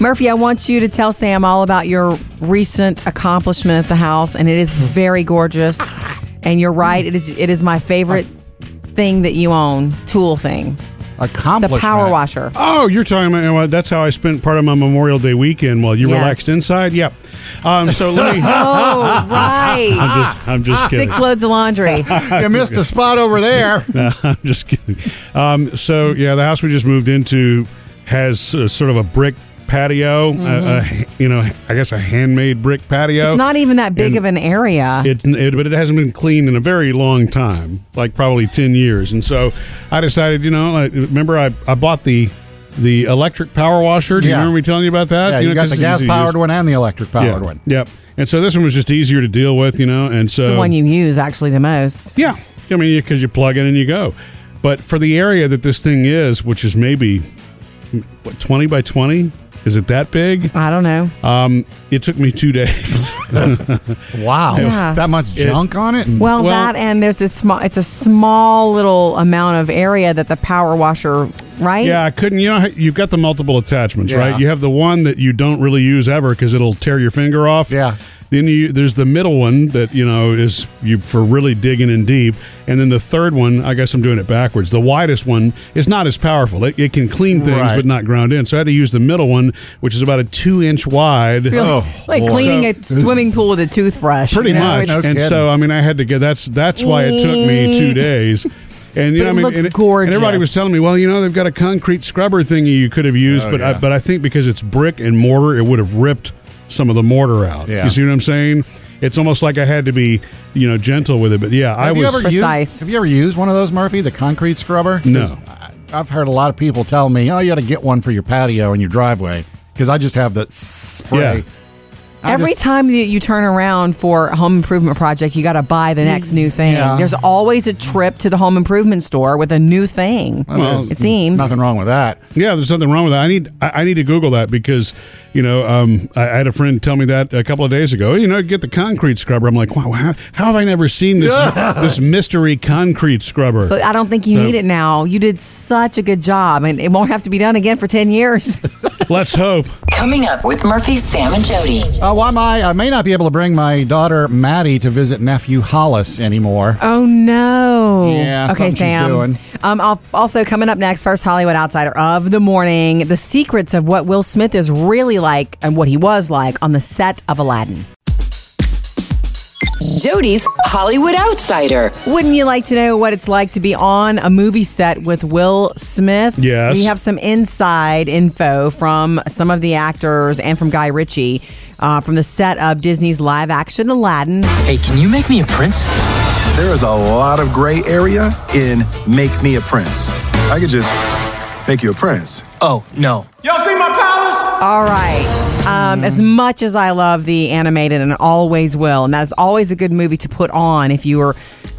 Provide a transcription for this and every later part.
Murphy, I want you to tell Sam all about your recent accomplishment at the house, and it is very gorgeous. And you're right; it is it is my favorite thing that you own, tool thing, the Accomplishment. power washer. Oh, you're talking about you know what, that's how I spent part of my Memorial Day weekend while you Yes. relaxed inside. Yep. Um, so let me. Oh, right. I'm just, I'm Ah, just kidding. Six loads of laundry. You missed a spot over there. No, I'm just kidding. Um, so yeah, the house we just moved into has uh, sort of a brick patio, Mm-hmm. a, a ha- you know, I guess a handmade brick patio. It's not even that big And of an area. e- It's it, but it hasn't been cleaned in a very long time, like probably ten years. And so I decided, you know, I, remember I, I bought the the electric power washer. Do you Yeah. remember me telling you about that? Yeah, you, know, got 'cause the it's gas easy to use. powered one and the electric powered yeah. one. Yep. And so this one was just easier to deal with, you know. And so the one you use actually the most. yeah, I mean, because you plug in and you go. But for the area that this thing is, which is maybe what twenty by twenty, is it that big? I don't know. Um, it took me two days. Wow, Yeah. that much junk on it. Well, Well- that and there's a small. It's a small little amount of area that the power washer, right? yeah, I couldn't. You know, how- you've got the multiple attachments, Yeah. right? You have the one that you don't really use ever because it'll tear your finger off. Yeah. Then you there's the middle one that you know is you for really digging in deep, and then the third one. I guess I'm doing it backwards. The widest one is not as powerful. It, it can clean things, Right. but not ground in. So I had to use the middle one, which is about a two inch wide. It's really Oh, like Lord. cleaning a swimming pool with a toothbrush. pretty you know, much. it's- and kidding. so I mean, I had to get that's that's why it took me two days. And you Mm. But know, it I mean, looks and, and gorgeous. everybody was telling me, well, you know, they've got a concrete scrubber thingy you could have used, Oh, but yeah. I, but I think because it's brick and mortar, it would have ripped some of the mortar out. Yeah. You see what I'm saying? It's almost like I had to be, you know, gentle with it. But yeah, I have was. you ever Precise. used? Have you ever used one of those, Murphy? The concrete scrubber? No. 'Cause I, I've heard a lot of people tell me, "Oh, you got to get one for your patio and your driveway," because I just have the spray. Yeah. I Every just- time that you turn around for a home improvement project, you got to buy the next new thing. Yeah. There's always a trip to the home improvement store with a new thing. Well, it seems. nothing wrong with that. Yeah, there's nothing wrong with that. I need I I need to Google that because you know um, I, I had a friend tell me that a couple of days ago. "Oh, You know, get the concrete scrubber. I'm like, wow, how, how have I never seen this this mystery concrete scrubber? But I don't think you need it now. You did such a good job, and it won't have to be done again for 10 years. Let's hope. Coming up with Murphy, Sam, and Jody. Uh, why am I? I may not be able to bring my daughter Maddie to visit nephew Hollis anymore. oh, no. Yeah, okay, something she's Sam. doing. Um, I'll, also, coming up next, first Hollywood Outsider of the morning the secrets of what Will Smith is really like and what he was like on the set of Aladdin. Jody's Hollywood Outsider. Wouldn't you like to know what it's like to be on a movie set with Will Smith? Yes. We have some inside info from some of the actors and from Guy Ritchie uh, from the set of Disney's live action Aladdin. Hey, can you make me a prince? There is a lot of gray area in Make Me a Prince. I could just make you a prince. Oh, no. Y'all see my palace? All right. Um, As much as I love the animated and always will, and that's always a good movie to put on if you were,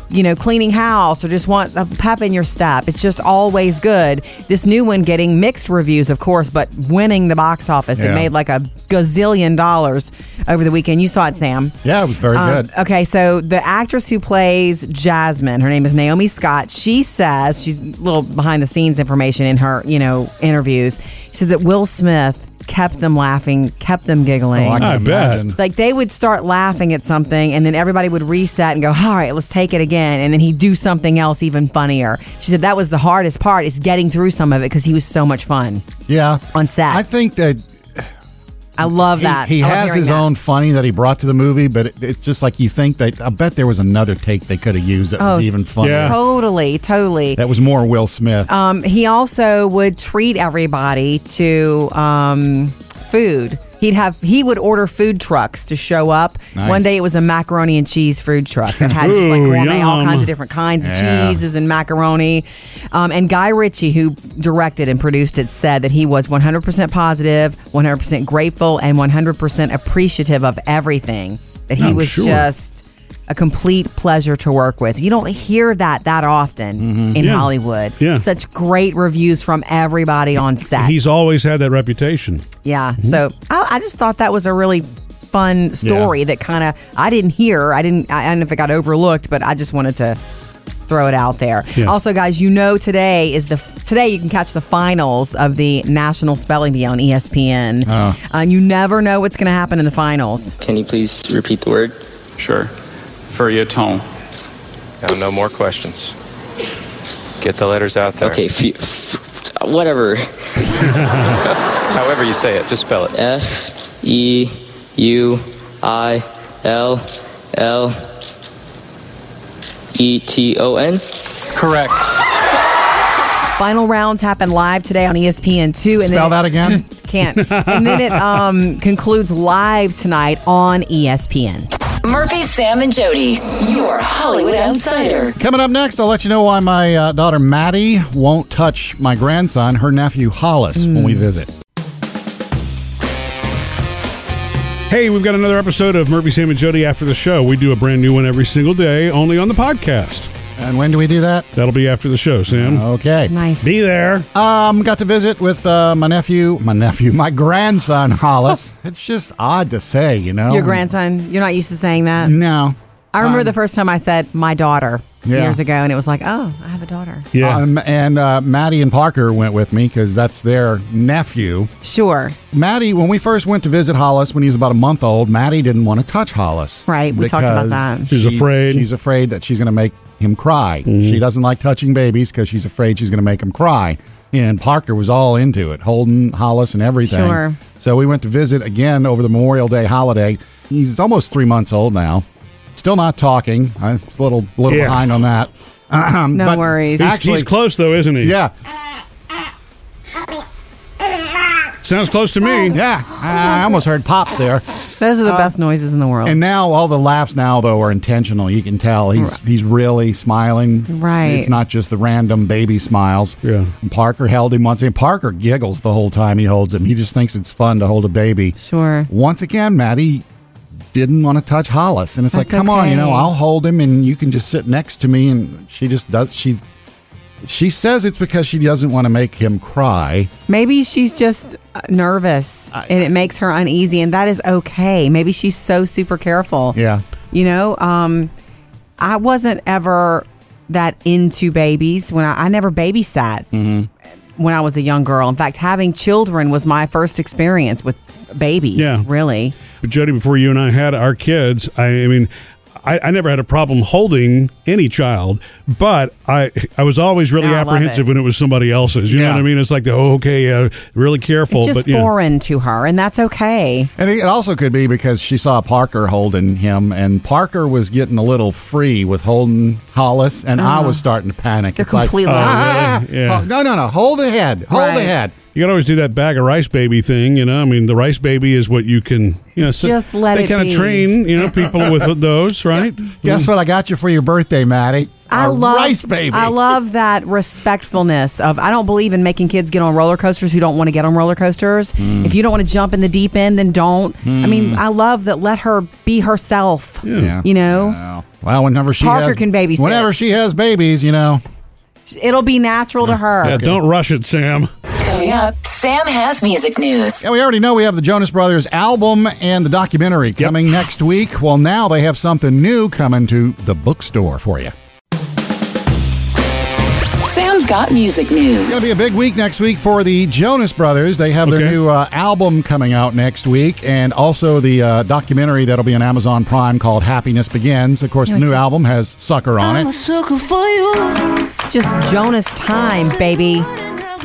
you know, cleaning house or just want a pep in your step. It's just always good. This new one getting mixed reviews, of course, but winning the box office. It Yeah. made like a gazillion dollars over the weekend. You saw it, Sam. Yeah, it was very Um, good. Okay, so the actress who plays Jasmine, her name is Naomi Scott. She says she's a little behind the scenes information in her, you know, interviews. She says that Will Smith kept them laughing, kept them giggling. can I bet. like they would start laughing at something and then everybody would reset and go, "All right, let's take it again." And then he'd do something else even funnier. She said that was the hardest part is getting through some of it cuz he was so much fun. Yeah, On set. I think that I love he, that. he I love has hearing his that. own funny that he brought to the movie, but it, it's just like you think that. I bet there was another take they could have used that Oh, was even funnier. Yeah. Totally, totally. That was more Will Smith. Um, he also would treat everybody to um, food. He'd have he would order food trucks to show up. Nice. One day it was a macaroni and cheese food truck that had just like Ooh, gourmet, all yum. kinds of different kinds of Yeah. cheeses and macaroni. Um, and Guy Ritchie, who directed and produced it, said that he was 100% positive, 100% grateful, and 100% appreciative of everything. That he I'm was sure. just a complete pleasure to work with. You don't hear that that often in Mm-hmm. Yeah. Hollywood. Yeah. Such great reviews from everybody on set. He's always had that reputation. yeah. So I, I just thought that was a really fun story Yeah. that kind of I didn't hear. I didn't. I, I don't know if it got overlooked, but I just wanted to throw it out there. Yeah. Also, guys, you know today is the today you can catch the finals of the National Spelling Bee on E ESPN, and you never know what's going to happen in the finals. Can you please repeat the word? Sure. Feuilleton. Now, no more questions. Get the letters out there. Okay, f- f- whatever. However you say it, just spell it. Uh, F E U I L L E T O N. Correct. Final rounds happen live today on E ESPN two, and then Spell that again. can't. and then it um, concludes live tonight on E ESPN. Murphy, Sam, and Jody, your Hollywood outsider. Coming up next, I'll let you know why my uh, daughter Maddie won't touch my grandson, her nephew Hollis, when we Hmm. visit. Hey, we've got another episode of Murphy, Sam, and Jody after the show. We do a brand new one every single day, only on the podcast. And when do we do that? That'll be after the show, Sam. Okay. Nice. Be there. Um, got to visit with uh, my nephew, my nephew, my grandson Hollis. it's just odd to say, you know. Your grandson, you're not used to saying that. No. I remember Oh. Um, the first time I said my daughter Yeah. years ago, and it was like, oh, I have a daughter. Yeah. Um, and uh, Maddie and Parker went with me because that's their nephew. Sure. Maddie, when we first went to visit Hollis when he was about a month old, Maddie didn't want to touch Hollis. Right, we talked about that. because She's afraid. Mm-hmm. She's afraid that she's going to make him cry. She doesn't like touching babies because she's afraid she's going to make him cry. And Parker was all into it, holding Hollis and everything. Sure. So we went to visit again over the Memorial Day holiday. He's almost three months old now. Still not talking. I'm a little little Yeah. behind on that. No But worries. act- actually- He's close, though, isn't he? Yeah, Sounds close to me. yeah. I I almost heard pops there. Those are the best noises in the world. uh, And now all the laughs now though are intentional. You can tell he's he's really smiling. Right. It's not just the random baby smiles. Yeah. And Parker held him once again. Parker giggles the whole time he holds him. He just thinks it's fun to hold a baby. sure. Once again, Maddie didn't want to touch Hollis, and it's like, That's come on, you know, okay. I'll hold him, and you can just sit next to me. And she just does. She she says it's because she doesn't want to make him cry. Maybe she's just uh, nervous and it makes her uneasy, and that is okay. Maybe she's so super careful. Yeah. You know, um, I wasn't ever that into babies when I, I never babysat Mm-hmm. when I was a young girl. In fact, having children was my first experience with babies, Yeah. really. But Jody, before you and I had our kids, I, I mean, I, I never had a problem holding any child, but I I was always really Yeah, I love apprehensive it. when it was somebody else's. You Yeah. know what I mean? It's like the oh, okay, uh, really careful. It's just but yeah. foreign to her, and that's okay. And it also could be because she saw Parker holding him, and Parker was getting a little free with holding Hollis, and I was starting to panic. Uh-huh. They're it's like, completely- "Ah, Oh, really? ah, Yeah. oh, no, no, no, hold the head, hold the Right. head. You can always do that bag of rice baby thing, you know. I mean, the rice baby is what you can, you know. so Just let they it kind be. of train, you know, people with those, right? Mm. Guess what I got you for your birthday, Maddie? I A love rice baby. I love that respectfulness of I don't believe in making kids get on roller coasters who don't want to get on roller coasters. Hmm. If you don't want to jump in the deep end, then don't. I mean, I love that. Let her be herself. Yeah. You know, Oh, Well, whenever she Parker has, can babysit. Whenever she has babies, you know. it'll be natural to her. Yeah, don't rush it, Sam. Coming up, Sam has music news. Yeah, we already know we have the Jonas Brothers album and the documentary coming next week. Well, now they have something new coming to the bookstore for you. Sam's got music It's news. going to be a big week next week for the Jonas Brothers. They have their Okay. new uh, album coming out next week, and also the uh, documentary that'll be on Amazon Prime called Happiness Begins. Of course, the new album has Sucker on it. It's just Jonas time, baby.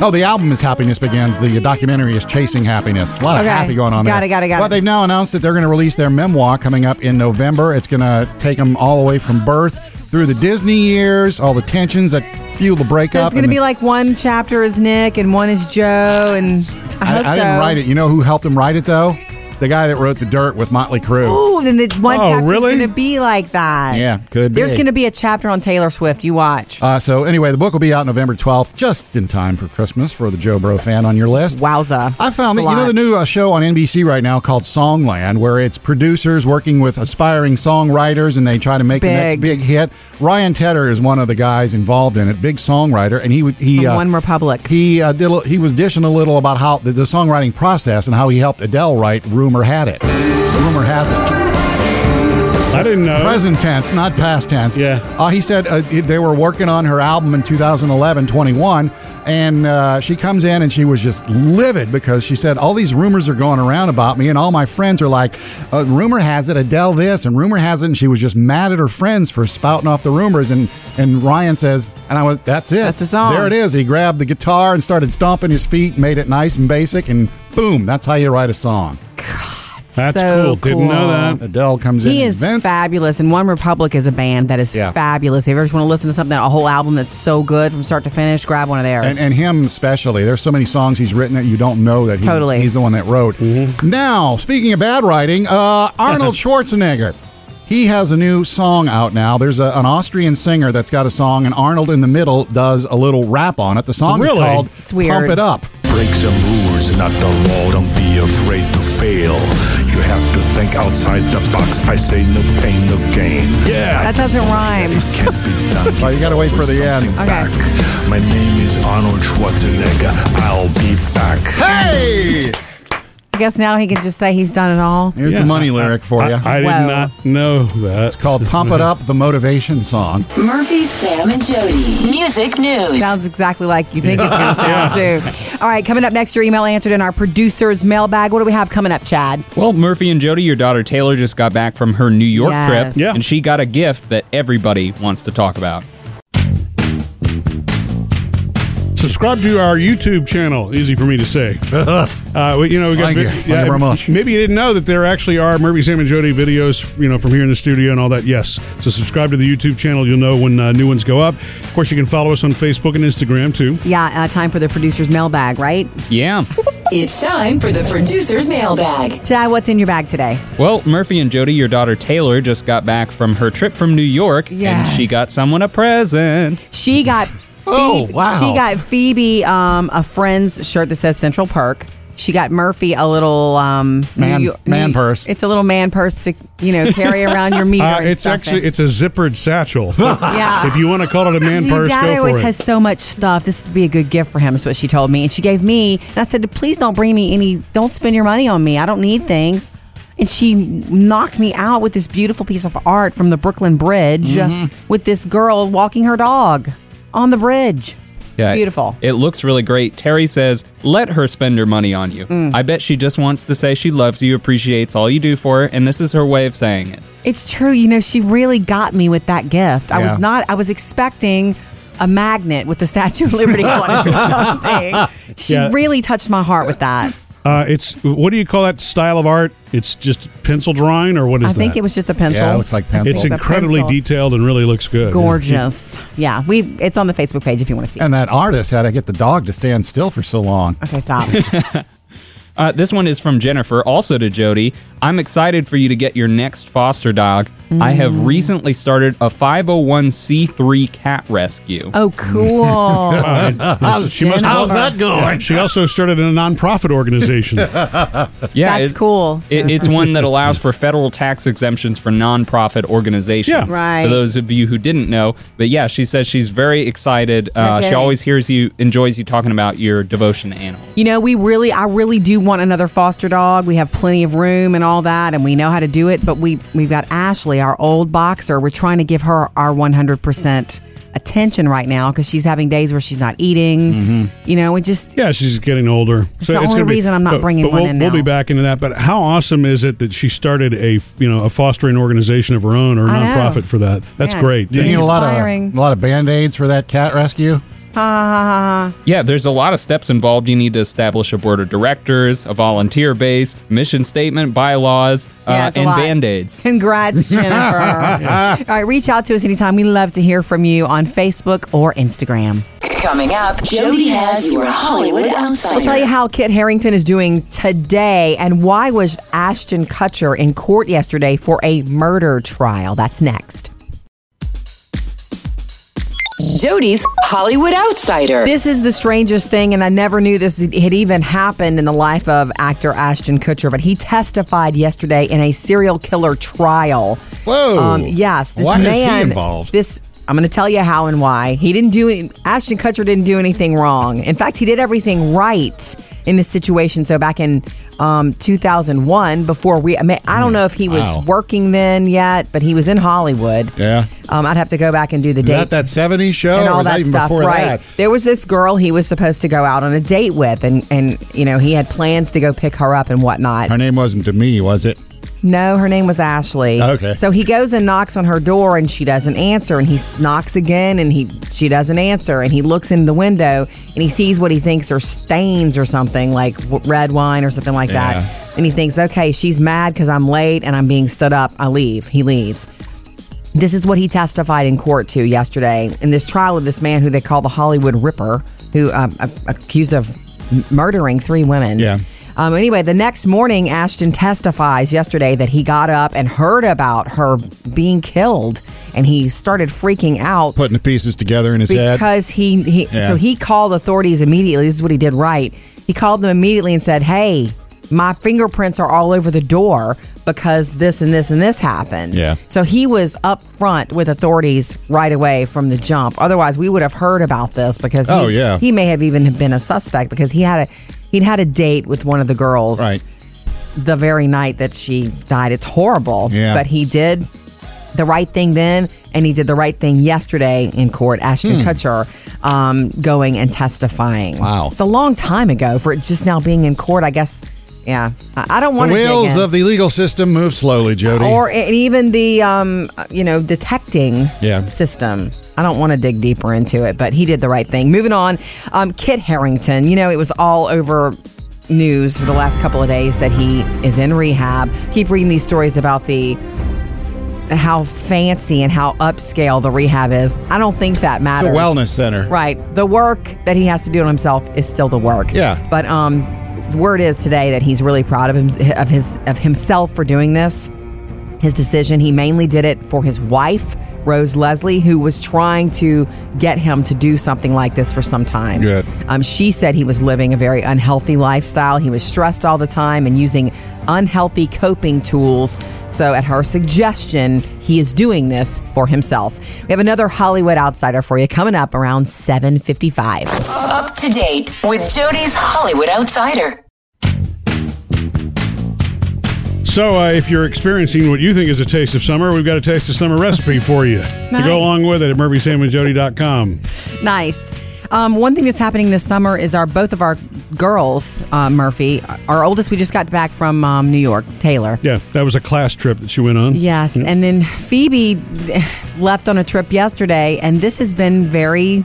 Oh, the album is Happiness Begins. The documentary is Chasing Happiness. A lot of Okay. happy going on Got there. it, got it, got But it. they've now announced that they're going to release their memoir coming up in November. It's going to take them all the way from birth through the Disney years, all the tensions that fuel the breakup. So it's and gonna the- be like one chapter is Nick and one is Joe, and I, I, hope I so. didn't write it. You know who helped him write it though? The guy that wrote The Dirt with Motley Crue. Ooh, then the one Oh, chapter really? is gonna be like that. Yeah, could There's be. gonna be a chapter on Taylor Swift. You watch. Uh, so anyway, the book will be out November 12th, just in time for Christmas for the Joe Bro fan on your list. Wowza! I found that A you know lot. the new uh, show on NBC right now called Songland, where it's producers working with aspiring songwriters and they try to make the next big. big hit. Ryan Tedder is one of the guys involved in it, big songwriter, and he would- he From uh, One Republic. He uh, did a, he was dishing a little about how the, the songwriting process and how he helped Adele write "Rumor Had It." Rumor has it. I didn't know. Present tense, not past tense. Yeah. Uh, he said uh, they were working on her album in 2011, 21, and uh, she comes in and she was just livid because she said, All these rumors are going around about me, and all my friends are like, uh, Rumor has it, Adele this, and rumor has it. And she was just mad at her friends for spouting off the rumors. And, and Ryan says, And I went, That's it. That's the song. There it is. He grabbed the guitar and started stomping his feet, made it nice and basic, and boom, that's how you write a song. That's So cool. Didn't know cool. that. Adele comes in He and is vents. fabulous, and One Republic is a band that is Yeah. fabulous. If you ever just want to listen to something, a whole album that's so good from start to finish, grab one of theirs. And, and him especially. There's so many songs he's written that you don't know that he, Totally. he's the one that wrote. Now, speaking of bad writing, uh, Arnold Schwarzenegger. He has a new song out now. There's a, an Austrian singer that's got a song, and Arnold in the middle does a little rap on it. The song Really? is called It's weird. Pump It Up. Break some rules, not the law. Don't be afraid to fail. You have to think outside the box. I say no pain, no gain. Yeah, that doesn't rhyme. it can be done. Well, you gotta wait for the end. Something Okay. back. My name is Arnold Schwarzenegger. I'll be back. Hey! I guess now he can just say he's done it all. Here's Yeah. the money lyric for you. I, I did Wow. not know that. it's called Pump It Up, the motivation song. Murphy, Sam, and Jody. Music news. Sounds exactly like you think it's going to sound, too. All right, coming up next, your email answered in our producer's mailbag. What do we have coming up, Chad? Well, Murphy and Jody, your daughter Taylor just got back from her New York Yes. trip, Yeah. and she got a gift that everybody wants to talk about. subscribe to our YouTube channel. Easy for me to say. uh, we- you know, we got Thank you. Thank you very much. Maybe you didn't know that there actually are Murphy, Sam, and Jody videos. You know, from here in the studio and all that. Yes, so subscribe to the YouTube channel. You'll know when uh, new ones go up. Of course, you can follow us on Facebook and Instagram too. Yeah, uh, time for the producer's mailbag, right? Yeah. It's time for the producer's mailbag. Chad, what's in your bag today? Well, Murphy and Jody, your daughter Taylor just got back from her trip from New York, Yes. and she got someone a present. She got Oh, Phoebe, wow. She got Phoebe um, a friend's shirt that says Central Perk. She got Murphy a little um, Man- York- man purse. It's a little man purse to you know carry around your meter. Uh, and it's stuff actually in. it's a zippered satchel. Yeah. If you want to call it a man Your purse, dad go always for it. has so much stuff. This would be a good gift for him, is what she told me. And she gave me, and I said, please don't bring me any, don't spend your money on me. I don't need things. And she knocked me out with this beautiful piece of art from the Brooklyn Bridge Mm-hmm. with this girl walking her dog on the bridge. Yeah, Beautiful. It looks really great. Terry says, let her spend her money on you. I bet she just wants to say she loves you, appreciates all you do for her, and this is her way of saying it. It's true. You know, she really got me with that gift. I Yeah. was not, I was expecting a magnet with the Statue of Liberty on it or something. She Yeah. really touched my heart with that. Uh, it's what do you call that style of art? It's just pencil drawing, or what is I that? think it was just a pencil. Yeah, it looks like pencil. It's a incredibly pencil. detailed and really looks good. gorgeous. Yeah, we. It's on the Facebook page if you want to see. it. And that artist had to get the dog to stand still for so long. Okay, stop. Uh, this one is from Jennifer, also to Jody. I'm excited for you to get your next foster dog. I have recently started a 501c3 cat rescue. Oh, cool. She must Jennifer. How's that going? She also started a nonprofit organization. yeah, That's it- cool. It, it's one that allows for federal tax exemptions for nonprofit organizations. Yeah. Right. For those of you who didn't know, but yeah, she says she's very excited. Uh, Okay. She always hears you, enjoys you talking about your devotion to animals. you know, we really, I really do want another foster dog. We have plenty of room and all that, and we know how to do it. But we we've got Ashley, our old boxer. We're trying to give her our one hundred percent attention right now because she's having days where she's not eating. You know, it just yeah, she's getting older. the only gonna reason I'm not but- bringing but one we'll, in We'll be now. back into that. But how awesome is it that she started a you know a fostering organization of her own or a I know. nonprofit for that? That's Yeah. great. You need a lot of Inspiring. a lot of band aids for that cat rescue. Yeah, there's a lot of steps involved. You need to establish a board of directors, a volunteer base, mission statement, bylaws, Yeah, uh, it's a and lot. band aids. Congrats, Jennifer. All right, reach out to us anytime. We love to hear from you on Facebook or Instagram. Coming up, Jody has your Hollywood outsider. We'll tell you how Kit Harrington is doing today and why was Ashton Kutcher in court yesterday for a murder trial. That's next. Jody's Hollywood outsider. This is the strangest thing, and I never knew this had even happened in the life of actor Ashton Kutcher, but he testified yesterday in a serial killer trial. Whoa! Um, yes, this Why is he man involved? This I'm going to tell you how and why. He didn't do any, Ashton Kutcher didn't do anything wrong. In fact, he did everything right. in this situation. So back in um, 2001, before we, I, mean, I don't know if he was Hmm. Wow. working then yet, but he was in Hollywood. Yeah. Um, I'd have to go back and do the Is dates. that that 70s show? and or all was that, that even stuff, before right? that? There was this girl he was supposed to go out on a date with, and and you know he had plans to go pick her up and whatnot. Her name wasn't to me, was it? No, her name was Ashley. Okay. So he goes and knocks on her door, and she doesn't answer. And he s- knocks again, and he she doesn't answer. And he looks in the window, and he sees what he thinks are stains or something like w- red wine or something like Yeah. that. And he thinks, okay, she's mad because I'm late and I'm being stood up. I leave. He leaves. This is what he testified in court to yesterday in this trial of this man who they call the Hollywood Ripper, who um, a- accused of m- murdering three women. Yeah. Um, anyway, the next morning, Ashton testifies yesterday that he got up and heard about her being killed, and he started freaking out Putting the pieces together in his head. because he, he Yeah. so he called authorities immediately. This is what he did right. He called them immediately and said, "Hey, my fingerprints are all over the door because this and this and this happened." Yeah. So he was up front with authorities right away from the jump. Otherwise, we would have heard about this because he, Oh, yeah. he may have even been a suspect because he had a he'd had a date with one of the girls Right. the very night that she died. It's horrible, Yeah. but he did the right thing then, and he did the right thing yesterday in court. Ashton Hmm. Kutcher um, going and testifying. Wow, it's a long time ago for it just now being in court. I guess. Yeah, I I don't The want to. wheels of the legal system move slowly, Jody. or and even the um, you know detecting Yeah. system. I don't want to dig deeper into it, but he did the right thing. Moving on, um, Kit Harrington. You know, it was all over news for the last couple of days that he is in rehab. Keep reading these stories about the how fancy and how upscale the rehab is. I don't think that matters. wellness center. right? The work that he has to do on himself is still the work. Yeah. But um, the word is today that he's really proud of him of his of himself for doing this his decision. He mainly did it for his wife, Rose Leslie, who was trying to get him to do something like this for some time. Good. Um, she said he was living a very unhealthy lifestyle. He was stressed all the time and using unhealthy coping tools. So, at her suggestion, he is doing this for himself. We have another Hollywood outsider for you coming up around 7:55. Up to date with Jody's Hollywood Outsider. So, uh, if you're experiencing what you think is a taste of summer, we've got a taste of summer recipe for you to Nice. go along with it at murphysamandjody.com. Nice. Um, one thing that's happening this summer is our both of our girls, uh, Murphy, our oldest. We just got back from um, New York, Taylor. Hmm. Yeah, that was a class trip that you went on. Yes, Mm. and then Phoebe eh, left on a trip yesterday, and this has been very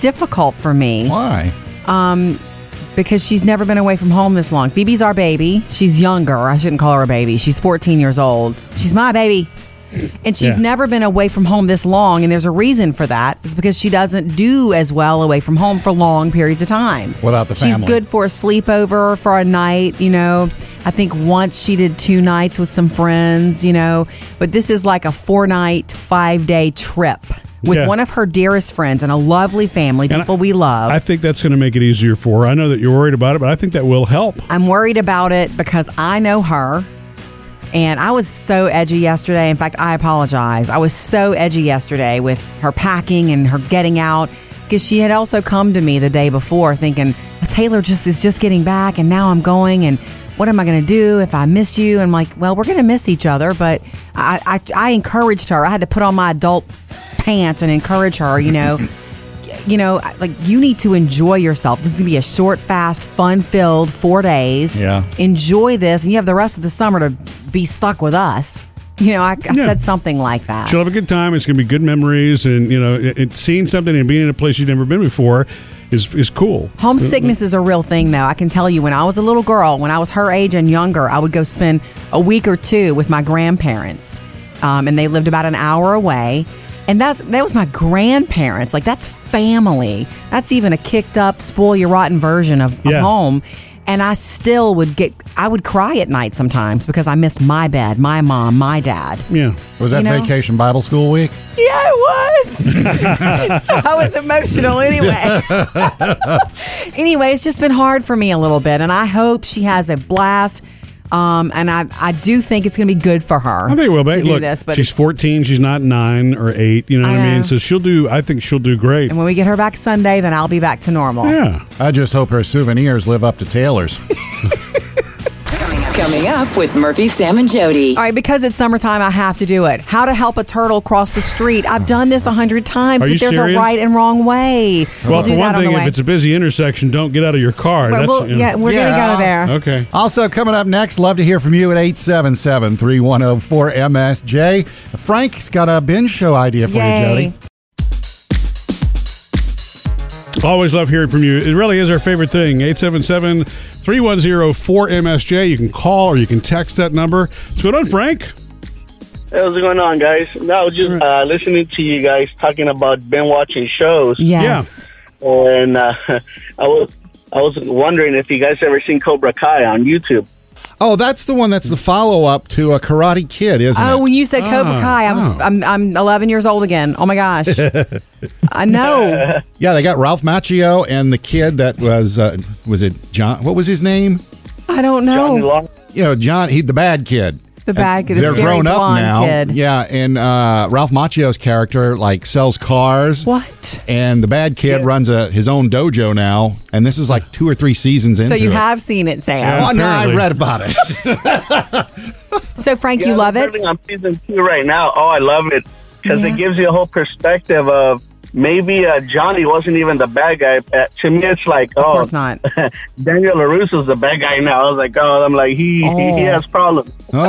difficult for me. Why? Um, because she's never been away from home this long. Phoebe's our baby. She's younger. I shouldn't call her a baby. She's 14 years old. She's my baby. And she's Yeah. never been away from home this long, and there's a reason for that. It's because she doesn't do as well away from home for long periods of time. Without the She's family. good for a sleepover for a night, you know. I think once she did two nights with some friends, you know. But this is like a four night, five day trip with Yeah. one of her dearest friends and a lovely family, people we love. I think that's going to make it easier for her. I know that you're worried about it, but I think that will help. I'm worried about it because I know her. And I was so edgy yesterday. In fact, I apologize. I was so edgy yesterday with her packing and her getting out because she had also come to me the day before thinking, Taylor just is just getting back and now I'm going and what am I going to do if I miss you? And I'm like, well, we're going to miss each other. But I, I, I encouraged her. I had to put on my adult pants and encourage her, you know. you know, like you need to enjoy yourself. This is gonna be a short, fast, fun-filled four days. Yeah. Enjoy this, and you have the rest of the summer to be stuck with us. You know, I, I said something like that. She'll have a good time. It's going to be good memories, and you know, it, it- seeing something and being in a place you've never been before is is cool. Homesickness is a real thing, though. I can tell you, when I was a little girl, when I was her age and younger, I would go spend a week or two with my grandparents, um, and they lived about an hour away. And that's that was my grandparents. Like that's family. That's even a kicked up, spoil your rotten version of, of home. And I still would get. I would cry at night sometimes because I missed my bed, my mom, my dad. Yeah. Was You that know? vacation Bible school week? Yeah, it was. so I was emotional anyway. anyway, it's just been hard for me a little bit, and I hope she has a blast. Um, and I, I do think it's going to be good for her. I think it will to be. do Look, this, but she's it's- 14. She's not nine or eight. You know I what I know. mean? So she'll do. I think she'll do great. and when we get her back Sunday, then I'll be back to normal. Yeah. I just hope her souvenirs live up to Taylor's. Coming up with Murphy, Sam, and Jody. All right, because it's summertime, I have to do it. How to help a turtle cross the street? I've done this a hundred times, Are but you there's serious? a right and wrong way. Well, do for one that on the thing, if way. it's a busy intersection, don't get out of your car. Well, That's, well, you know. yeah, we're Yeah. gonna go there. Okay. Also, coming up next, love to hear from you at 877 3104 MSJ. Frank's got a binge show idea for Yay. you, Jody. Always love hearing from you. It really is our favorite thing. 877 310 4MSJ. You can call or you can text that number. What's going on, Frank? Hey, What's going on, guys? No, I was just uh, listening to you guys talking about been watching shows, Yes. and uh, I was I was wondering if you guys ever seen Cobra Kai on YouTube. Oh, that's the one that's the follow up to a Karate Kid, isn't Oh, it? when you said Cobra Ah, Kai, I was oh. wow. I'm, I'm 11 years old again. Oh my gosh, I know. Yeah, they got Ralph Macchio and the kid that was, uh, was it John? What was his name? I don't Johnny know. Long. You know, John, he, the bad kid. The bad kid, the They're scary grown up blonde now. kid. Yeah, and uh, Ralph Macchio's character like sells cars. What? And the bad kid runs a his own dojo now, and this is like two or three seasons into So you it. have seen it, Sam. Yeah. Oh, no, I Apparently. read about it. So Frank, Yeah, you love I'm it. currently On season two right now. Oh, I love it because Yeah. it gives you a whole perspective of maybe uh, Johnny wasn't even the bad guy. Uh, to me, it's like Of oh, course not. Daniel Laruso's the bad guy now. I was like, oh, I'm like he he, he Oh. has problems. Oh,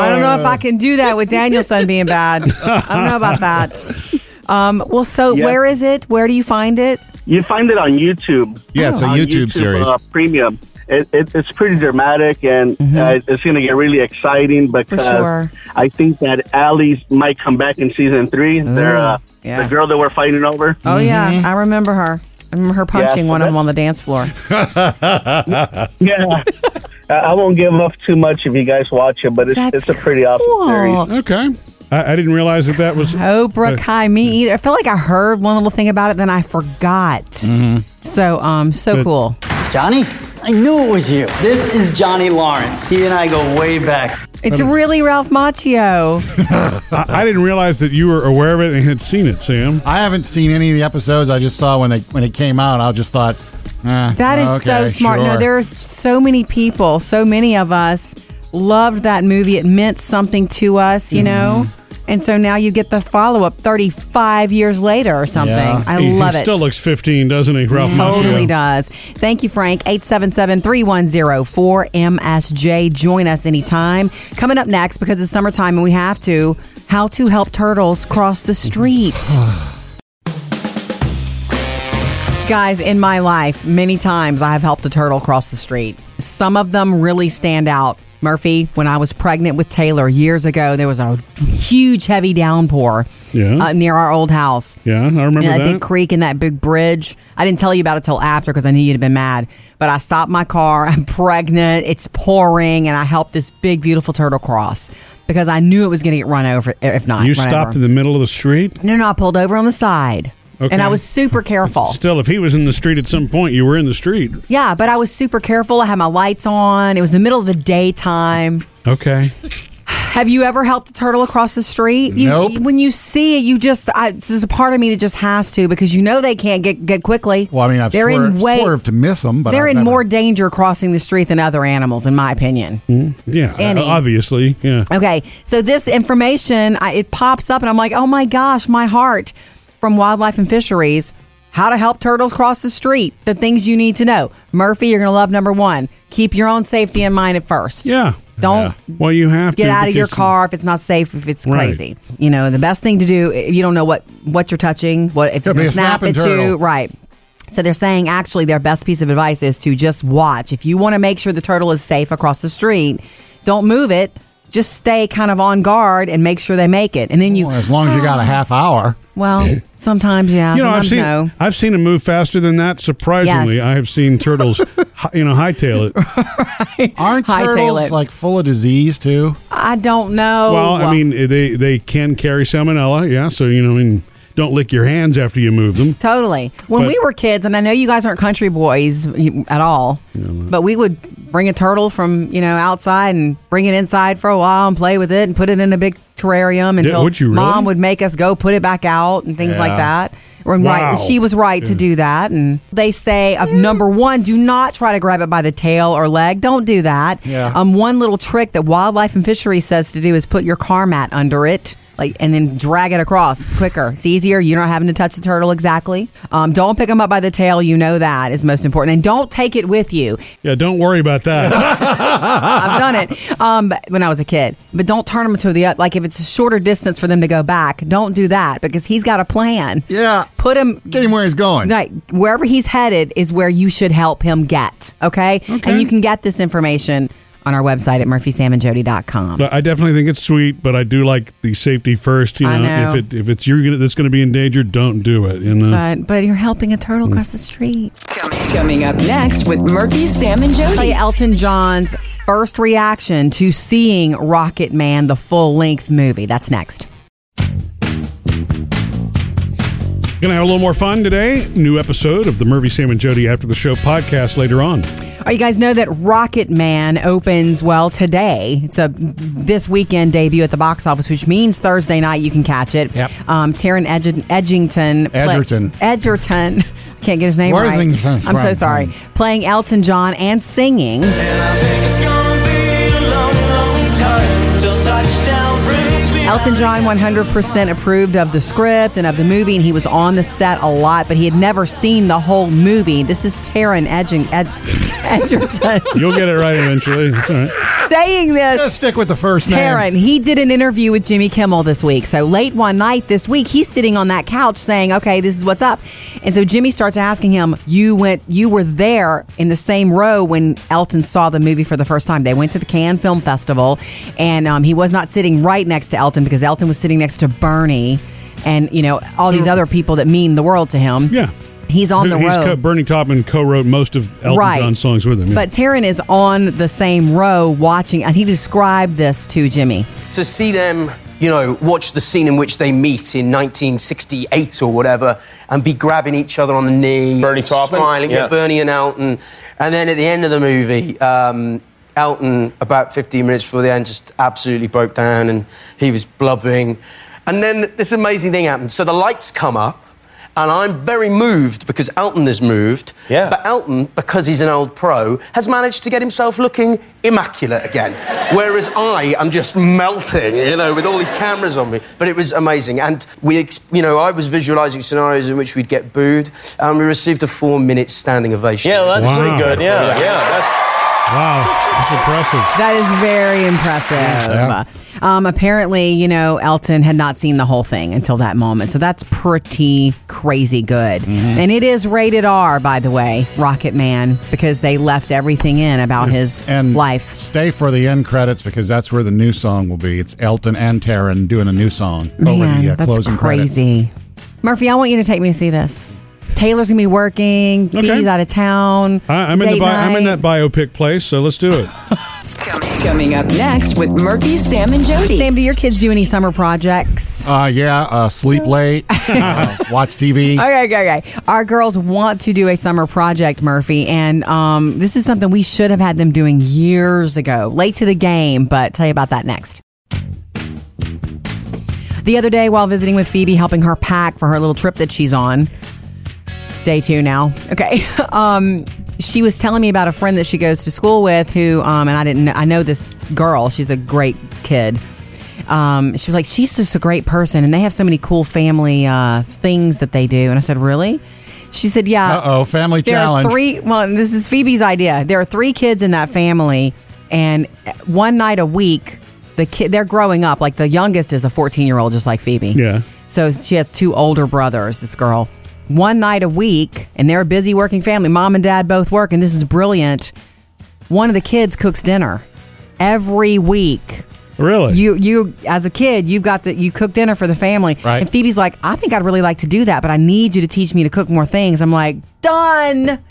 I don't know if I can do that with Danielson being bad. I don't know about that. Um, well, so Yeah. where is it? Where do you find it? You find it on YouTube. Yeah, Oh, it's a On YouTube series. Uh, premium. It, it, it's pretty dramatic, and uh, it's going to get really exciting because Mm-hmm. sure. I think that Allie might come back in season three. They're, uh, yeah. The girl that we're fighting over. Oh Mm-hmm. yeah, I remember her. I remember her punching so one of them that- on the dance floor. Yeah. I I won't give up too much if you guys watch it, but it's, it's That's a pretty awesome series. cool. Okay. I, I didn't realize that that was. Cobra Kai, me either. I felt like I heard one little thing about it, then I forgot. So, um, so Mm-hmm. But- cool. Johnny, I knew it was you. This is Johnny Lawrence. He and I go way back. It's really Ralph Macchio. I, I didn't realize that you were aware of it and had seen it, Sam. I haven't seen any of the episodes. I just saw when they when it came out. I just thought eh, That is so okay, smart. No, sure. there are so many people, so many of us loved that movie. It meant something to us, you know. Mm-hmm. And so now you get the follow up 35 years later or something. Yeah. I He- love he it. still looks 15, doesn't he, Ralph Totally Macchio? does. Thank you, Frank. 877-310-4MSJ. Join us anytime. Coming up next, because it's summertime and we have to, how to help turtles cross the street. Guys, in my life, many times I have helped a turtle cross the street. Some of them really stand out. Murphy, when I was pregnant with Taylor years ago, there was a huge, heavy downpour Yeah. uh, near our old house. Yeah, I remember Yeah, that, that. big creek and that big bridge. I didn't tell you about it till after because I knew you'd have been mad. But I stopped my car. I'm pregnant. It's pouring, and I helped this big, beautiful turtle cross because I knew it was going to get run over if not. you run stopped over. in the middle of the street? No, no, I pulled over on the side, Okay. and I was super careful. Still, if he was in the street at some point, you were in the street. Yeah, but I was super careful. I had my lights on. It was the middle of the daytime. Okay. Have you ever helped a turtle across the street? You, Nope. When you see it, you just I, there's a part of me that just has to because you know they can't get get quickly. Well, I mean, I've they're in swerved, way swerved to miss them, but they're I've in never- more danger crossing the street than other animals, in my opinion. Mm-hmm. Yeah, uh, Any. obviously. Yeah. Okay, so this information I, it pops up, and I'm like, oh my gosh, my heart from Wildlife and Fisheries. How to help turtles cross the street. The things you need to know. Murphy, you're going to love number one. Keep your own safety in mind at first. Yeah. Don't Yeah. Well, you have get to out of your because- car if it's not safe, if it's Right. crazy. You know, the best thing to do, if you don't know what, what you're touching, what if it's Could be going to a snap at snapping you. turtle. Right. So they're saying actually their best piece of advice is to just watch. If you want to make sure the turtle is safe across the street, don't move it. Just stay kind of on guard and make sure they make it. And then you, Well, as long as you got a half hour. well, sometimes yeah, You know, I've sometimes seen no. I've seen him move faster than that. Surprisingly, Yes. I have seen turtles, hi- you know, hightail it. Aren't Hightail turtles it. like full of disease too? I don't know. Well, I mean, they they can carry salmonella. Yeah, so you know, I mean, don't lick your hands after you move them. Totally. When But- we were kids, and I know you guys aren't country boys you- at all, but we would bring a turtle from you know outside and bring it inside for a while and play with it and put it in a big terrarium Did- until would you really? mom would make us go put it back out and things like Yeah. that. Or Wow. right, she was right to Yeah. do that. And they say of number one, do not try to grab it by the tail or leg. Don't do that. Yeah. Um, one little trick that Wildlife and Fisheries says to do is put your car mat under it. Like, and then drag it across quicker. It's easier. You're not having to touch the turtle exactly. Um, don't pick them up by the tail. You know that is most important. And don't take it with you. Yeah, don't worry about that. I've done it um, but- when I was a kid. But don't turn them to the up. Like if it's a shorter distance for them to go back, don't do that because he's got a plan. Yeah. Put him. Get him where he's going. Right. Wherever he's headed is where you should help him get. Okay. And you can get this information on our website at murphysamandjody.com. But I definitely think it's sweet, but I do like the safety first. You know, I know. if it if it's you're gonna, that's going to be in danger, don't do it. You know. But but you're helping a turtle Mm. cross the street. Coming up next with Murphy, Sam, and Jody. Play Elton John's first reaction to seeing Rocket Man, the full length movie. That's next. Gonna have a little more fun today. New episode of the Murphy Sam and Jody After the Show podcast later on. Oh, you guys know that Rocket Man opens well today. It's a this weekend debut at the box office, which means Thursday night you can catch it. Yep. Um, Taron Edg- Edgington. play- Edgerton. Edgerton. Can't get his name Worthington's right. I'm so right. sorry. Playing Elton John and singing. Elton John 100% approved of the script and of the movie, and he was on the set a lot, but he had never seen the whole movie. This is Taryn Edging, Ed, Edgerton You'll get it right eventually. It's all right. saying this. Just stick with the first name. Taryn, he did an interview with Jimmy Kimmel this week. So late one night this week, he's sitting on that couch saying, "Okay, this is what's up." And so Jimmy starts asking him, "You went, you were there in the same row when Elton saw the movie for the first time. They went to the Cannes Film Festival, and um, he was not sitting right next to Elton because Elton was sitting next to Bernie, and you know all these other people that mean the world to him. Yeah, he's on the He's road. Co- Bernie Taupin co-wrote most of Elton Right. John's songs with him. yeah. But Taryn is on the same row watching, and he described this to Jimmy. to see them, you know, watch the scene in which they meet in 1968 or whatever, and be grabbing each other on the knee, Bernie Taupin? smiling, yeah. Yeah. Bernie and Elton, and then at the end of the movie, um, Elton, about 15 minutes before the end, just absolutely broke down and he was blubbing, and then this amazing thing happened. So the lights come up. And I'm very moved because Elton is moved. Yeah. But Elton, Mm, because he's an old pro, has managed to get himself looking immaculate again. Whereas I am just melting, you know, with all these cameras on me. But it was amazing. And we, ex- you know, I was visualizing scenarios in which we'd get booed, and we received a four minute standing ovation. Yeah, that's Wow. pretty good. Yeah, yeah. that's wow, that's impressive. That is very impressive. Yeah. Um, apparently, you know, Elton had not seen the whole thing until that moment. So that's pretty crazy good. Mm-hmm. And it is rated R, by the way, Rocket Man, because they left everything in about his life. Stay for the end credits because that's where the new song will be. It's Elton and Taryn doing a new song over Man, the uh, that's closing crazy. Murphy, I want you to take me to see this. Taylor's going to be working. Okay. Phoebe's out of town. I, I'm in the Date bi- I'm in night. that biopic place, so let's do it. Coming up next with Murphy, Sam, and Jody. Sam, do your kids do any summer projects? credits. Uh, yeah, uh, sleep late, uh, watch TV. Okay, okay, okay. Our girls want to do a summer project, Murphy, and um, this is something we should have had them doing years ago. Late to the game, but tell you about that next. The other day, while visiting with Phoebe, helping her pack for her little trip that she's on, day two now. Okay. Um, she was telling me about a friend that she goes to school with who, um, and I didn't know, I know this girl. She's a great kid. Um, she was like, she's just a great person, and they have so many cool family uh, things that they do. And I said, really? She said, yeah. Uh-oh, family there challenge. Are three. Well, this is Phoebe's idea. There are three kids in that family, and uh, one night a week, the kid they're growing up. Like the youngest is a 14 year old, just like Phoebe. Yeah. So she has two older brothers, this girl. One night a week, and they're a busy working family. Mom and dad both work, and this is brilliant. One of the kids cooks dinner every week. Really? You you as a kid, you've got the you cook dinner for the family. Right. And Phoebe's like, I think I'd really like to do that, but I need you to teach me to cook more things. I'm like, done.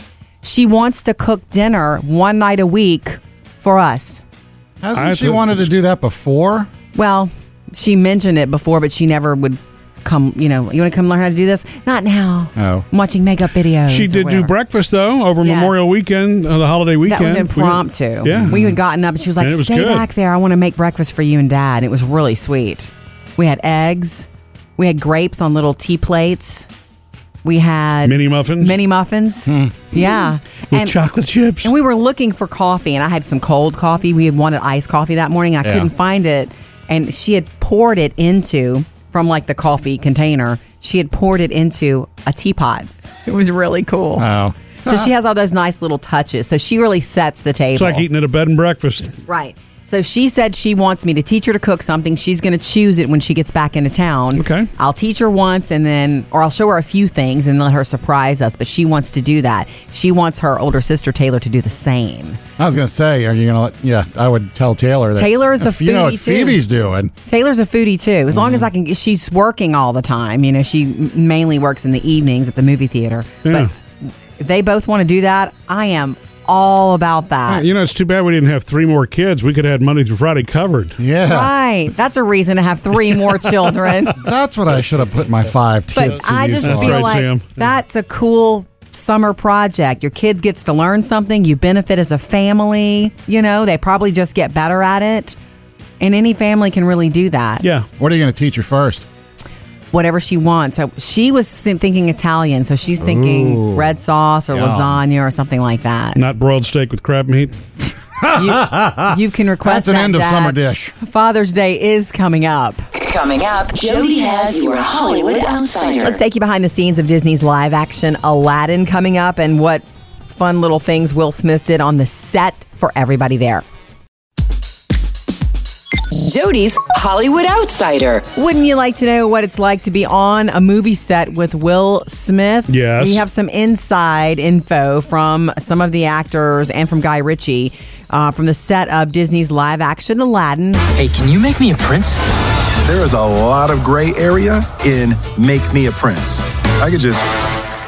She wants to cook dinner one night a week for us. Hasn't she wanted to do that before? Well, she mentioned it before, but she never would come, you know, you want to come learn how to do this? Not now. Oh. I'm watching makeup videos. She or did do whatever. breakfast though over Yes. Memorial Weekend, uh, the holiday That weekend. was We- impromptu. yeah, We had gotten up and she was like, And it was stay good. back there. I want to make breakfast for you and dad. And it was really sweet. We had eggs. We had grapes on little tea plates. We had mini muffins. Hmm. Mini muffins. Yeah. With chocolate chips. And we were looking for coffee, and I had some cold coffee. We had wanted iced coffee that morning. and I Yeah. couldn't find it. And she had poured it into, from like the coffee container, she had poured it into a teapot. It was really cool. Oh. Wow. So she has all those nice little touches. So she really sets the table. It's like eating at a bed and breakfast. Right. So she said she wants me to teach her to cook something. She's going to choose it when she gets back into town. Okay. I'll teach her once and then, or I'll show her a few things and let her surprise us. But she wants to do that. She wants her older sister, Taylor, to do the same. I was going to say, are you going to let, yeah, I would tell Taylor that. Taylor is a if You know what foodie, too. Phoebe's doing. Taylor's a foodie too. As long as I can, she's working all the time. You know, she m- mainly works in the evenings at the movie theater. Yeah. But if they both want to do that, I am all about that. you know, it's too bad we didn't have three more kids. We could have had Monday through Friday covered. Yeah. Right. That's a reason to have three more children. That's what I should have put my five But kids to I use just for. feel like that's a cool summer project. Your kids gets to learn something. You benefit as a family. You know, they probably just get better at it. And any family can really do that. Yeah. What are you going to teach her first? Whatever she wants. So she was sim- thinking Italian, so she's thinking Ooh. red sauce or Yum. lasagna or something like that. Not broiled steak with crab meat. you, you can request That's an that, end of Dad. summer dish. Father's Day is coming up. Coming up, Jody has your Hollywood Outsider. Let's take you behind the scenes of Disney's live action Aladdin coming up and what fun little things Will Smith did on the set for everybody there. Jody's Hollywood Outsider. Wouldn't you like to know what it's like to be on a movie set with Will Smith? Yes. We have some inside info from some of the actors and from Guy Ritchie uh, from the set of Disney's live action Aladdin. Hey, can you make me a prince? There is a lot of gray area in Make Me a Prince. I could just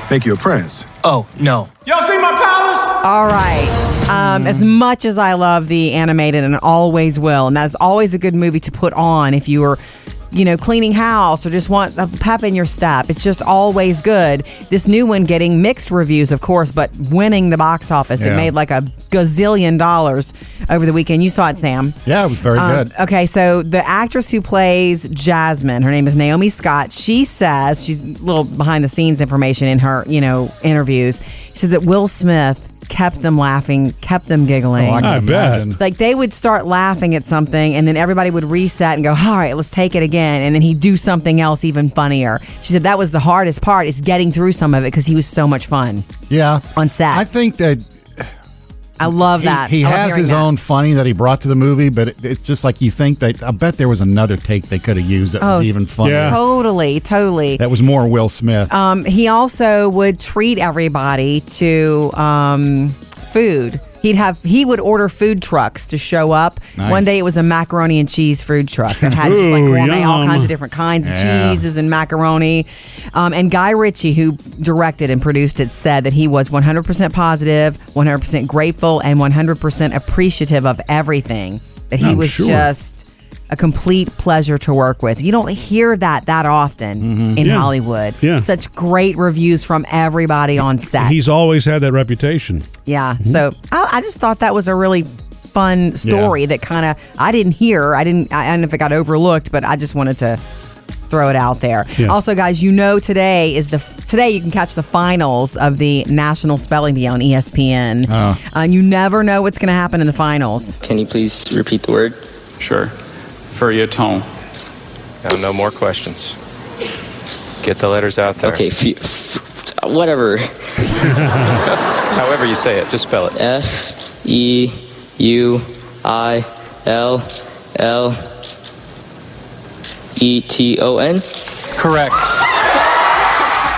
make you a prince. Oh, no. Y'all see my palace? All right. Um, as much as I love the animated and always will, and that's always a good movie to put on if you were, you know, cleaning house or just want a pep in your step. It's just always good. This new one getting mixed reviews, of course, but winning the box office. It Yeah. made like a gazillion dollars over the weekend. You saw it, Sam. Yeah, it was very Um, good. Okay, so the actress who plays Jasmine, her name is Naomi Scott. She says she's a little behind the scenes information in her, you know, interviews. She says that Will Smith kept them laughing, kept them giggling. Oh, I can I bet. imagine. Like they would start laughing at something, and then everybody would reset and go, "All right, let's take it again." And then he'd do something else even funnier. She said that was the hardest part is getting through some of it because he was so much fun. Yeah. On set. I think that I love he, that. he I love has hearing his that. own funny that he brought to the movie, but it, it's just like you think that. I bet there was another take they could have used that was even funnier. Oh, totally, totally. That was more Will Smith. Um, he also would treat everybody to um, food. He'd have he would order food trucks to show up. Nice. One day it was a macaroni and cheese food truck that had just like Ooh, gourmet, all yum. kinds of different kinds of Yeah. cheeses and macaroni. Um, and Guy Ritchie, who directed and produced it, said that he was 100% positive, 100% grateful, and 100% appreciative of everything. That he I'm was sure. just a complete pleasure to work with. You don't hear that that often Mm-hmm. in Yeah. Hollywood. Yeah. Such great reviews from everybody on set. He's always had that reputation. yeah. So I, I just thought that was a really fun story that kind of I didn't hear. I didn't. I, I don't know if it got overlooked, but I just wanted to throw it out there. Yeah. Also, guys, you know today is the today you can catch the finals of the National Spelling Bee on E ESPN. Oh. Uh, you never know what's going to happen in the finals. Can you please repeat the word? Sure. Feuilleton. Now, no more questions. Get the letters out there. Okay, fe- whatever. However you say it, just spell it. F E U I L L E T O N? Correct.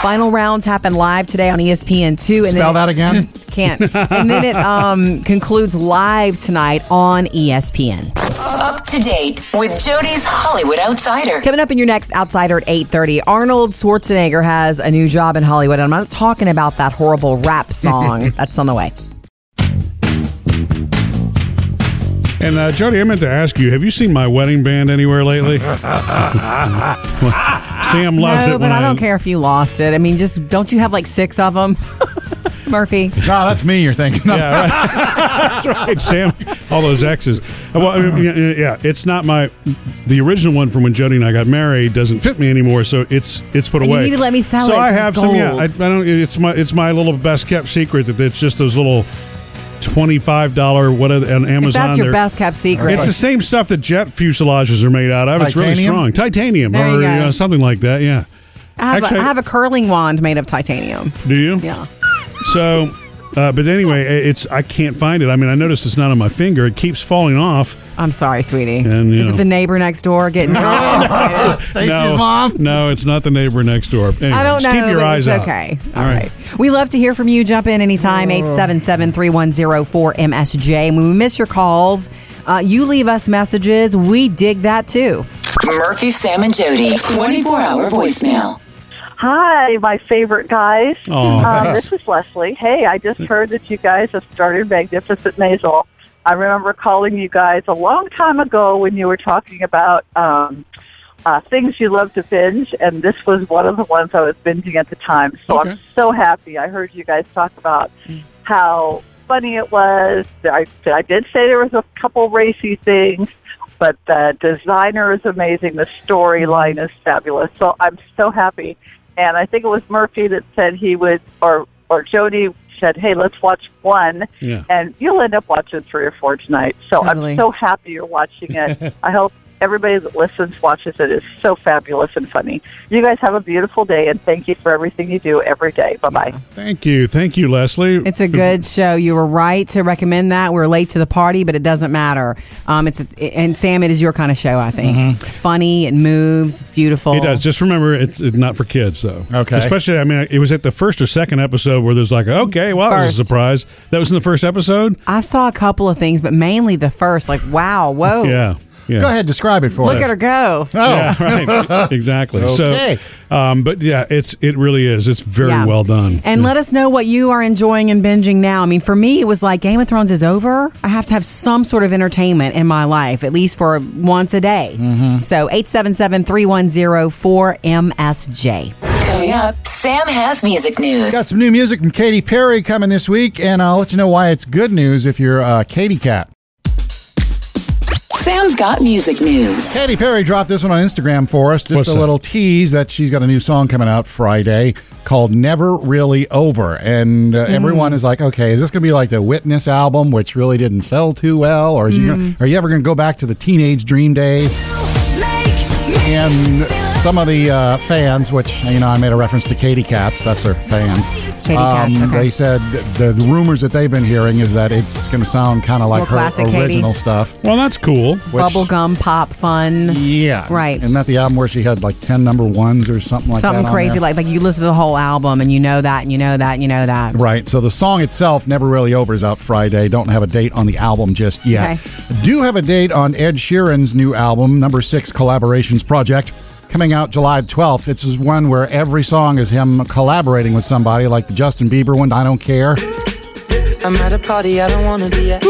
Final rounds happen live today on E ESPN two. And Spell then that again? Can't. And then it um, concludes live tonight on E ESPN. Up to date with Jody's Hollywood Outsider. Coming up in your next Outsider at 8.30, Arnold Schwarzenegger has a new job in Hollywood. And I'm not talking about that horrible rap song that's on the way. And uh, Jody, I meant to ask you: Have you seen my wedding band anywhere lately? Sam no, loved it. but when I don't care if you lost it. I mean, just don't you have like six of them, Murphy? No, that's me you're thinking. Yeah, right. that's right, Sam. All those X's. Well, I mean, yeah, yeah, it's not my. The original one from when Jody and I got married doesn't fit me anymore, so it's it's put And you away. need to let me sell so it, I 'cause have it's some. Yeah, gold. I, I don't. It's my it's my little best kept secret that it's just those little. Twenty-five dollar whatever on Amazon. If that's your they're- best kept secret. It's the same stuff that jet fuselages are made out of. It's really Titanium? strong. Titanium There you or you go. know, something like that. Yeah. I have, Actually, a, I have a curling wand made of titanium. Do you? Yeah. So, uh, but anyway, i- it's I can't find it. I mean, I noticed it's not on my finger. It keeps falling off. I'm sorry, sweetie. And, you Is know. it the neighbor next door getting? Ah, Stacy's no, No, it's not the neighbor next door. Anyway, I don't just know. Keep your but eyes it's out. okay. All right. We love to hear from you. Jump in anytime, 877 310 4MSJ. And when we miss your calls, uh, you leave us messages. We dig that too. Murphy, Sam, and Jody. 24 hour voicemail. Hi, my favorite guys. Oh. Aw, um, thanks. this is Leslie. Hey, I just heard that you guys have started Magnificent Nasal. I remember calling you guys a long time ago when you were talking about um, uh, things you love to binge, and this was one of the ones I was binging at the time. So I'm so happy I heard you guys talk about how funny it was. I, I did say there was a couple racy things, but the designer is amazing. The storyline is fabulous. So I'm so happy. And I think it was Murphy that said he would, or or Jody said, "Hey, let's watch one." Yeah. And you'll end up watching three or four tonight. So Totally. I'm so happy you're watching it. I hope everybody that listens watches it. It's so fabulous and funny. You guys have a beautiful day, and thank you for everything you do every day. Bye bye. Thank you. Thank you, Leslie. It's a good show. You were right to recommend that. We're late to the party, but it doesn't matter. Um, it's and Sam, it is your kind of show. I think it's funny. It moves. It's beautiful. Mm-hmm. It does. Just remember, it's, it's not for kids, though. Okay. Especially, I mean, it was at the first or second episode where there's like, okay, well, that was First. a Oh. surprise. That was in the first episode. I saw a couple of things, but mainly the first. Like, wow, whoa. Yeah. Yeah. Go ahead, describe it for Look us. at her go. Yeah, right. exactly. Okay. So, um, but yeah, it's it really is. It's very Yeah. well done. And let us know what you are enjoying and binging now. I mean, for me, it was like Game of Thrones is over. I have to have some sort of entertainment in my life, at least for once a day. So 877 310 4MSJ. Coming up, Sam has music news. Got some new music from Katy Perry coming this week, and I'll let you know why it's good news if you're a Katy cat. Sam's got music news. Katy Perry dropped this one on Instagram for us. Just What's a that? little tease that she's got a new song coming out Friday called Never Really Over. And uh, everyone Mm. is like, okay, is this going to be like the Witness album, which really didn't sell too well? Or is you gonna, Mm. are you ever going to go back to the teenage dream days? And some of the uh, fans, which, you know, I made a reference to Katy Cats, that's her fans. Katy Cats, okay. Um, They said th- the rumors that they've been hearing is that it's going to sound kind of like More her classic Katy. original stuff. Well, that's cool. Bubblegum pop fun. Yeah. Right. Isn't that the album where she had like 10 number ones or something like that? Something on crazy there? like like you listen to the whole album and you know that and you know that and you know that. Right. So the song itself, Never Really Over, is out Friday. Don't have a date on the album just yet. Do have a date on Ed Sheeran's new album, number six collaborations project. Coming out July 12th. It's one where every song is him collaborating with somebody, like the Justin Bieber one, I Don't Care. I'm at a party I don't wanna be at.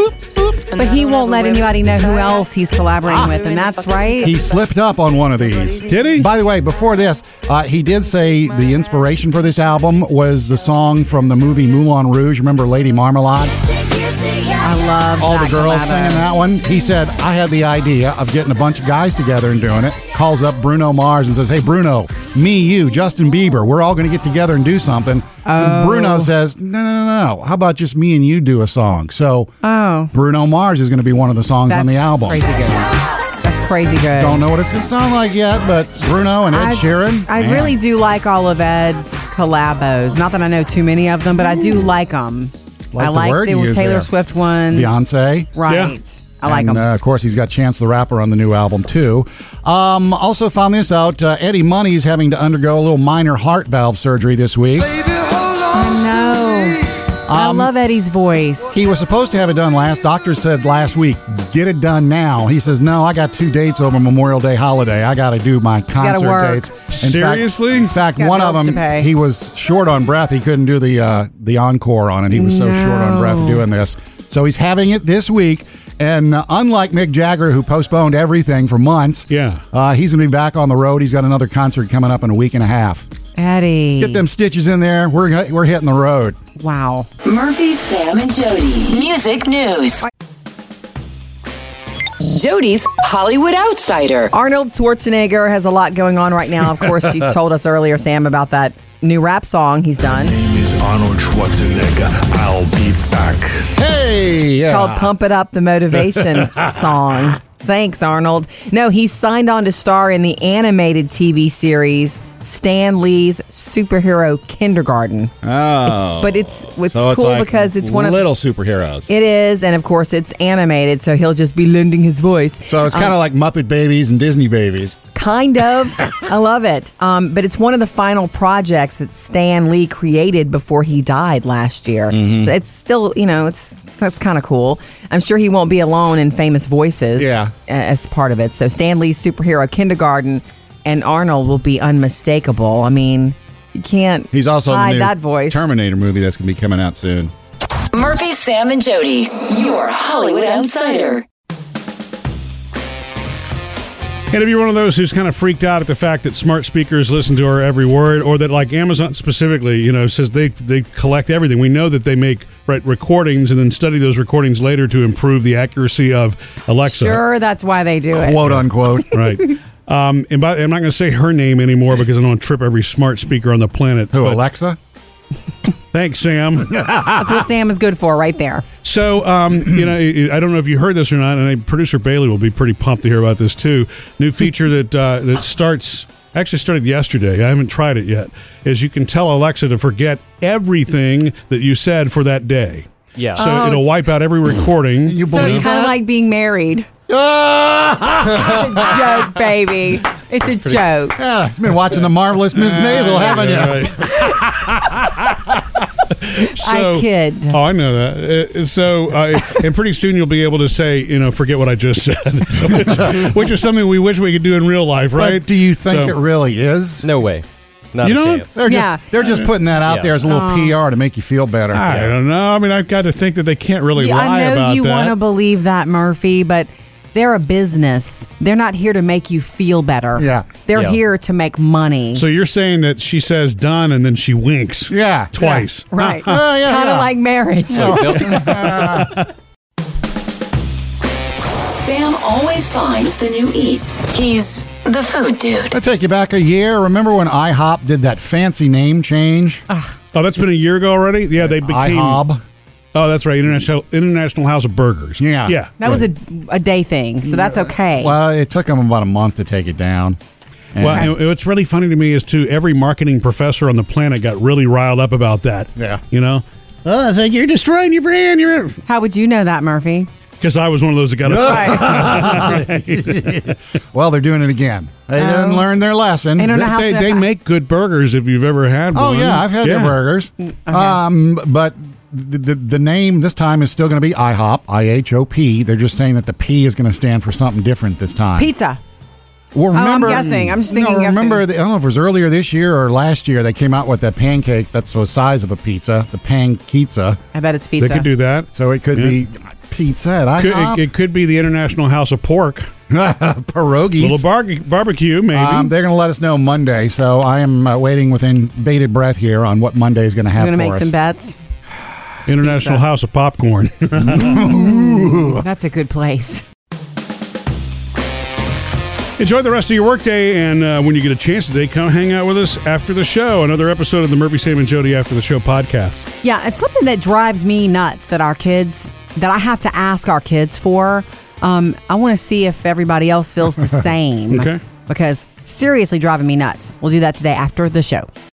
But he won't let anybody know who else he's collaborating with, and that's right. He slipped up on one of these. Did he? By the way, before this, uh, he did say the inspiration for this album was the song from the movie Moulin Rouge. Remember Lady Marmalade? I love All the that girls collabo. singing that one. He said, I had the idea of getting a bunch of guys together and doing it. Calls up Bruno Mars and says, Hey, Bruno, me, you, Justin Bieber, we're all going to get together and do something. Oh. And Bruno says, No, no, no, no. How about just me and you do a song? So Oh. Bruno Mars is going to be one of the songs on That's the album. Crazy good. That's crazy good. Don't know what it's going to sound like yet, but Bruno and Ed I- Sheeran. I man. really do like all of Ed's collabos. Not that I know too many of them, but I do like them. Mm. Like I the like word the you used Taylor there. Swift ones. Beyonce. Right. I like them. and, Uh, of course, he's got Chance the Rapper on the new album, too. Um, also, found this out uh, Eddie Money's having to undergo a little minor heart valve surgery this week. uh, I know. I Um, love Eddie's voice. He was supposed to have it done last. Doctor said last week, get it done now. He says, no, I got two dates over Memorial Day holiday. I got to do my gotta concert work. dates. Seriously? Fact, in fact, got one of bills to pay. them, he was short on breath. He couldn't do the uh, the encore on it. He was so short on breath No. doing this. So he's having it this week. And uh, unlike Mick Jagger, who postponed everything for months, yeah, uh, he's going to be back on the road. He's got another concert coming up in a week and a half. Eddie. Get them stitches in there. We're we're hitting the road. Wow. Murphy, Sam, and Jody. Music news. Jody's Hollywood Outsider. Arnold Schwarzenegger has a lot going on right now. Of course, you told us earlier, Sam, about that new rap song he's done. Name is Arnold Schwarzenegger. I'll be back. Hey, It's called Pump It Up the Motivation Song. Thanks, Arnold. No, he signed on to star in the animated TV series Stan Lee's Superhero Kindergarten. Oh, but it's- it's cool because it's one of- little superheroes. It is, and of course, it's animated, so he'll just be lending his voice. So it's kind of Um, like Muppet Babies and Disney Babies. Kind of. I love it. Um, but it's one of the final projects that Stan Lee created before he died last year. Mm-hmm. It's still, you know, it's that's kind of cool. I'm sure he won't be alone in famous voices Yeah. a- as part of it. So Stan Lee's superhero kindergarten and Arnold will be unmistakable. I mean, you can't He's also the hide new that voice. Terminator movie that's going to be coming out soon. Murphy, Sam, and Jody. Your Hollywood Outsider. And if you're one of those who's kind of freaked out at the fact that smart speakers listen to our every word, or that like Amazon specifically, you know, says they they collect everything. We know that they make right recordings and then study those recordings later to improve the accuracy of Alexa. Sure, that's why they do it. Quote unquote. right. Um, and by, I'm not going to say her name anymore because I don't want to trip every smart speaker on the planet. Who, Alexa? Thanks, Sam. That's what Sam is good for, right there. So, um, you know, I don't know if you heard this or not, and producer Bailey will be pretty pumped to hear about this too. New feature that uh, that starts actually started yesterday. I haven't tried it yet. Is you can tell Alexa to forget everything that you said for that day. Yeah. So Oh, it'll it's- wipe out every recording. You So it's kind of like being married. Ah! it's a joke, baby. It's a joke. Yeah, you've been watching the marvelous Miss Maisel, haven't you? I kid. Oh, I know that. Uh, so, uh, and pretty soon you'll be able to say, you know, forget what I just said, which, which is something we wish we could do in real life, But right? do you think it really is? No way. Not You a know, chance. They're just Yeah. they're just putting that out Yeah. there as a little Oh. PR to make you feel better. I don't know. I mean, I've got to think that they can't really Yeah, lie I know about you that. want to believe that, Murphy, but they're a business. They're not here to make you feel better. Yeah. They're Yeah. here to make money. so you're saying that she says done and then she winks. Yeah. Twice. right. Oh, yeah, kind of yeah. like marriage. Sam always finds the new eats. He's the food dude. I take you back a year. Remember when IHOP did that fancy name change? Ah. Oh, that's been a year ago already. Yeah, they became IHOB. Oh, that's right. International International House of Burgers. Yeah. Yeah. That was a, a day thing, so that's okay. Well, it took them about a month to take it down. And- Well, and what's really funny to me is too every marketing professor on the planet got really riled up about that. Yeah, you know, oh, it's like you're destroying your brand. You're How would you know that, Murphy? because I was one of those that got well, they're doing it again. They didn't Oh. learn their lesson. I don't know how They, should they I- make good burgers if you've ever had one. Oh yeah, I've had Yeah. their burgers. Mm, Um, but the, the the name this time is still going to be IHOP, I H O P. They're just saying that the P is going to stand for something different this time. Pizza. Well, Oh, I'm guessing. I'm just no, thinking of remember, the, I don't know if it was earlier this year or last year. They came out with that pancake that's the size of a pizza, the pankizza. I bet it's pizza. They could do that. So uh-huh. it could Yeah. be pizza at Could- IHOP. it, it could be the International House of Pork, pierogies, little bar- barbecue, maybe. Um, they're going to let us know Monday, so I am uh, waiting within bated breath here on what Monday is going to You're have going to for make us. some bets? International pizza. House of Popcorn. That's a good place. Enjoy the rest of your workday, and uh, when you get a chance today, come hang out with us after the show. Another episode of the Murphy Sam and Jody After the Show podcast. Yeah, it's something that drives me nuts that our kids that I have to ask our kids for. Um, I want to see if everybody else feels the same. Okay. Because seriously driving me nuts. We'll do that today after the show.